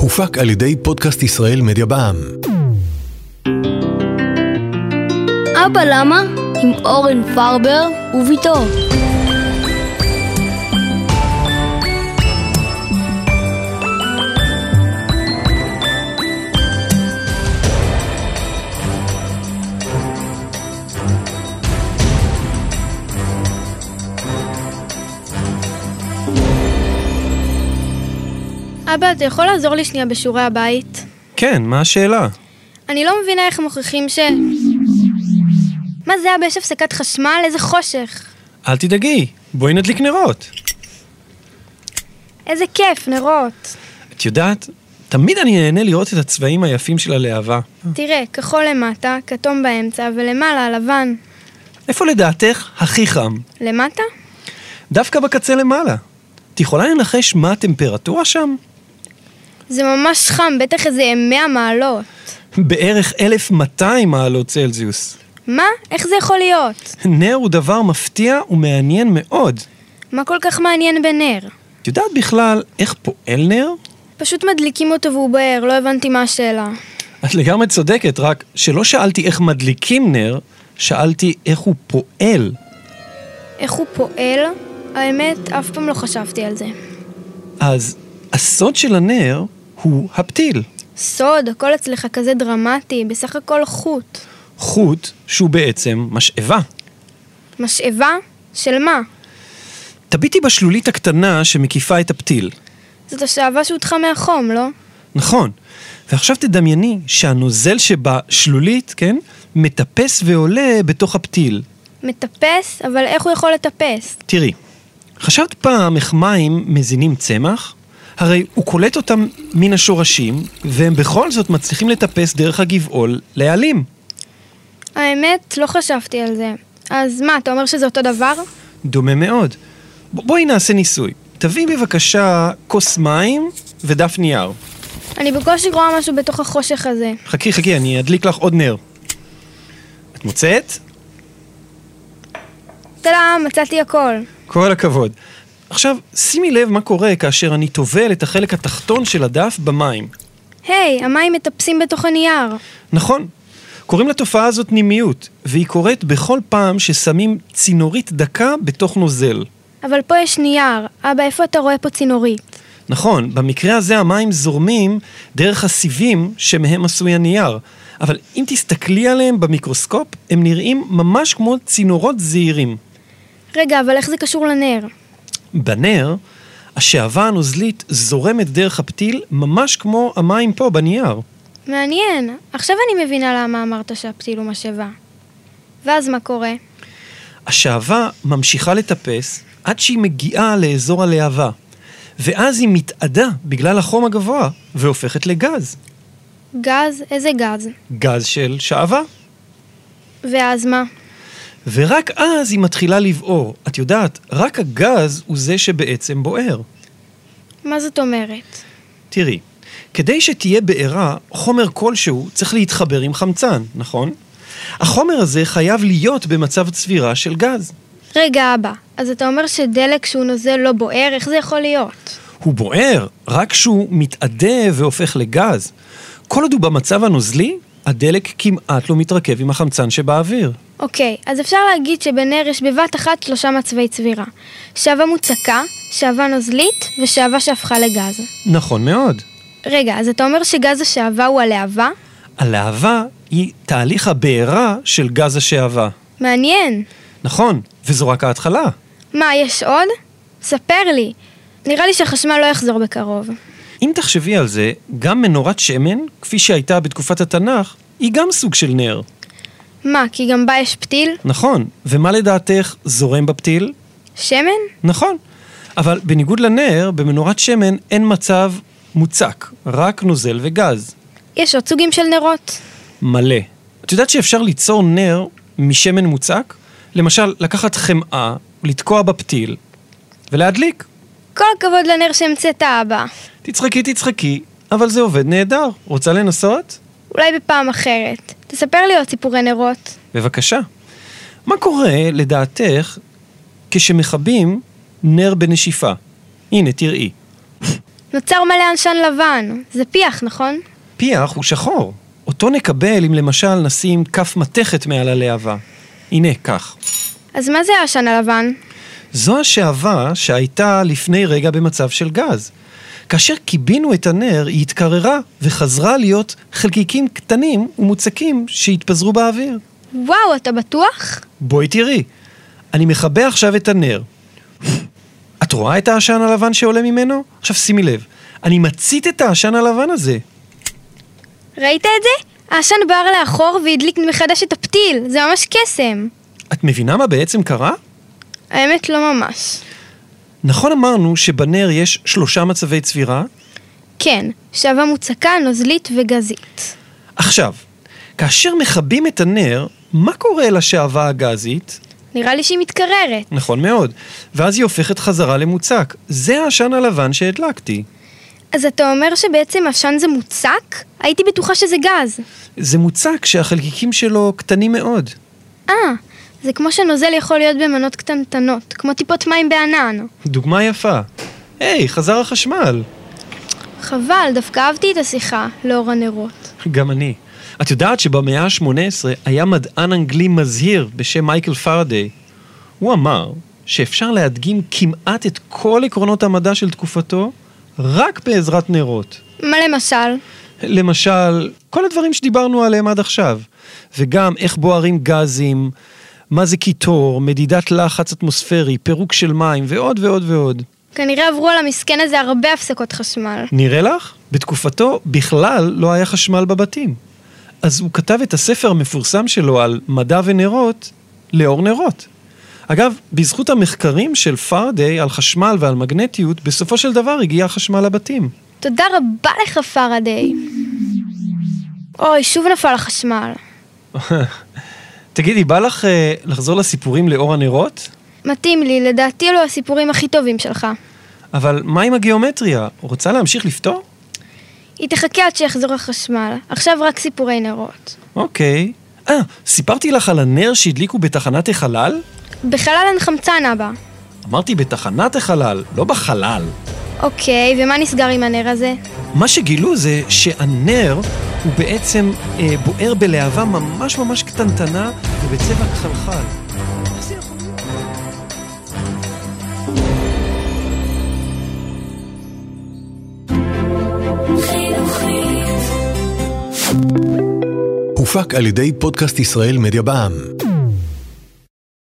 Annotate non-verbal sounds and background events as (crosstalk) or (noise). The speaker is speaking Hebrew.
הופק על ידי פודקאסט ישראל מדיה בע"מ. אבא למה? עם אורן פרבר וביתו. אבא, אתה יכול לעזור לי שנייה בשיעורי הבית? כן, מה השאלה? אני לא מבינה איך הם מוכיחים ש... מה זה אבא, יש הפסקת חשמל? איזה חושך. אל תדאגי, בואי נדליק נרות. איזה כיף, נרות. את יודעת, תמיד אני נהנה לראות את הצבעים היפים של הלהבה. תראה, כחול למטה, כתום באמצע, ולמעלה, לבן. איפה לדעתך הכי חם? למטה? דווקא בקצה למעלה. את יכולה לנחש מה הטמפרטורה שם? זה ממש חם, בטח איזה 100 מעלות. בערך 1200 מעלות צלזיוס. מה? איך זה יכול להיות? נר הוא דבר מפתיע ומעניין מאוד. מה כל כך מעניין בנר? את יודעת בכלל איך פועל נר? פשוט מדליקים אותו והוא בוער, לא הבנתי מה השאלה. את לגמרי צודקת, רק שלא שאלתי איך מדליקים נר, שאלתי איך הוא פועל. איך הוא פועל? האמת, אף פעם לא חשבתי על זה. אז הסוד של הנר הוא הפתיל. סוד, הכל אצלך כזה דרמטי, בסך הכל חוט. חוט שהוא בעצם משאבה. משאבה? של מה? תביטי בשלולית הקטנה שמקיפה את הפתיל. זאת השאבה שהודחה מהחום, לא? נכון. ועכשיו תדמייני שהנוזל שבשלולית, כן, מטפס ועולה בתוך הפתיל. מטפס, אבל איך הוא יכול לטפס? תראי, חשבת פעם איך מים מזינים צמח? הרי הוא קולט אותם מן השורשים, והם בכל זאת מצליחים לטפס דרך הגבעול לעלים. האמת, לא חשבתי על זה. אז מה, אתה אומר שזה אותו דבר? דומה מאוד. ב- בואי נעשה ניסוי. תביאי בבקשה כוס מים ודף נייר. אני בקושי רואה משהו בתוך החושך הזה. חכי, חכי, אני אדליק לך עוד נר. את מוצאת? טלאם, מצאתי הכל. כל הכבוד. עכשיו, שימי לב מה קורה כאשר אני טובל את החלק התחתון של הדף במים. היי, המים מטפסים בתוך הנייר. נכון. קוראים לתופעה הזאת נימיות, והיא קורית בכל פעם ששמים צינורית דקה בתוך נוזל. אבל פה יש נייר. אבא, איפה אתה רואה פה צינורית? נכון, במקרה הזה המים זורמים דרך הסיבים שמהם עשוי הנייר, אבל אם תסתכלי עליהם במיקרוסקופ, הם נראים ממש כמו צינורות זעירים. רגע, אבל איך זה קשור לנר? בנר, השעבה הנוזלית זורמת דרך הפתיל ממש כמו המים פה בנייר. מעניין. עכשיו אני מבינה למה אמרת שהפתיל הוא משאבה. ואז מה קורה? השעווה ממשיכה לטפס עד שהיא מגיעה לאזור הלהבה, ואז היא מתאדה בגלל החום הגבוה והופכת לגז. גז? איזה גז? גז של שעווה. ואז מה? ורק אז היא מתחילה לבעור. את יודעת, רק הגז הוא זה שבעצם בוער. מה זאת אומרת? תראי, כדי שתהיה בעירה, חומר כלשהו צריך להתחבר עם חמצן, נכון? החומר הזה חייב להיות במצב צבירה של גז. רגע, אבא, אז אתה אומר שדלק שהוא נוזל לא בוער, איך זה יכול להיות? הוא בוער, רק כשהוא מתאדה והופך לגז. כל עוד הוא במצב הנוזלי, הדלק כמעט לא מתרכב עם החמצן שבאוויר. אוקיי, אז אפשר להגיד שבנר יש בבת אחת שלושה מצבי צבירה. שעווה מוצקה, שעווה נוזלית ושעווה שהפכה לגז. נכון מאוד. רגע, אז אתה אומר שגז השעווה הוא הלהבה? הלהבה היא תהליך הבעירה של גז השעווה. מעניין. נכון, וזו רק ההתחלה. מה, יש עוד? ספר לי. נראה לי שהחשמל לא יחזור בקרוב. אם תחשבי על זה, גם מנורת שמן, כפי שהייתה בתקופת התנ"ך, היא גם סוג של נר. מה, כי גם בה יש פתיל? נכון, ומה לדעתך זורם בפתיל? שמן? נכון. אבל בניגוד לנר, במנורת שמן אין מצב מוצק, רק נוזל וגז. יש עוד סוגים של נרות. מלא. את יודעת שאפשר ליצור נר משמן מוצק? למשל, לקחת חמאה, לתקוע בפתיל ולהדליק. כל הכבוד לנר שהמצאת, אבא. תצחקי, תצחקי, אבל זה עובד נהדר. רוצה לנסות? אולי בפעם אחרת. תספר לי עוד סיפורי נרות. בבקשה. מה קורה, לדעתך, כשמכבים נר בנשיפה? הנה, תראי. נוצר מלא עשן לבן. זה פיח, נכון? פיח הוא שחור. אותו נקבל אם למשל נשים כף מתכת מעל הלהבה. הנה, כך. אז מה זה העשן הלבן? זו השעווה שהייתה לפני רגע במצב של גז. כאשר כיבינו את הנר, היא התקררה וחזרה להיות חלקיקים קטנים ומוצקים שהתפזרו באוויר. וואו, אתה בטוח? בואי תראי. אני מכבה עכשיו את הנר. את רואה את העשן הלבן שעולה ממנו? עכשיו שימי לב, אני מצית את העשן הלבן הזה. ראית את זה? העשן בער לאחור והדליק מחדש את הפתיל. זה ממש קסם. את מבינה מה בעצם קרה? האמת, לא ממש. נכון אמרנו שבנר יש שלושה מצבי צבירה? כן, שווה מוצקה, נוזלית וגזית. עכשיו, כאשר מכבים את הנר, מה קורה לשעווה הגזית? נראה לי שהיא מתקררת. נכון מאוד. ואז היא הופכת חזרה למוצק. זה העשן הלבן שהדלקתי. אז אתה אומר שבעצם עשן זה מוצק? הייתי בטוחה שזה גז. זה מוצק שהחלקיקים שלו קטנים מאוד. אה, זה כמו שנוזל יכול להיות במנות קטנטנות, כמו טיפות מים בענן. דוגמה יפה. היי, חזר החשמל. חבל, דווקא אהבתי את השיחה, לאור הנרות. גם אני. את יודעת שבמאה ה-18 היה מדען אנגלי מזהיר בשם מייקל פרדיי. הוא אמר שאפשר להדגים כמעט את כל עקרונות המדע של תקופתו רק בעזרת נרות. מה למשל? למשל, כל הדברים שדיברנו עליהם עד עכשיו, וגם איך בוערים גזים, מה זה קיטור, מדידת לחץ אטמוספרי, פירוק של מים ועוד ועוד ועוד. כנראה עברו על המסכן הזה הרבה הפסקות חשמל. נראה לך? בתקופתו בכלל לא היה חשמל בבתים. אז הוא כתב את הספר המפורסם שלו על מדע ונרות לאור נרות. אגב, בזכות המחקרים של פארדיי על חשמל ועל מגנטיות, בסופו של דבר הגיע החשמל לבתים. תודה רבה לך, פארדיי. אוי, שוב נפל החשמל. (laughs) תגידי, בא לך אה, לחזור לסיפורים לאור הנרות? מתאים לי, לדעתי אלו הסיפורים הכי טובים שלך. אבל מה עם הגיאומטריה? רוצה להמשיך לפתור? היא תחכה עד שיחזור החשמל, עכשיו רק סיפורי נרות. אוקיי. אה, סיפרתי לך על הנר שהדליקו בתחנת החלל? בחלל אין חמצן, אבא. אמרתי בתחנת החלל, לא בחלל. אוקיי, ומה נסגר עם הנר הזה? מה שגילו זה שהנר הוא בעצם אה, בוער בלהבה ממש ממש קטנטנה ובצבע כחלחל. איך זה יכול להיות? הופק על ידי פודקאסט ישראל מדיה בע"מ.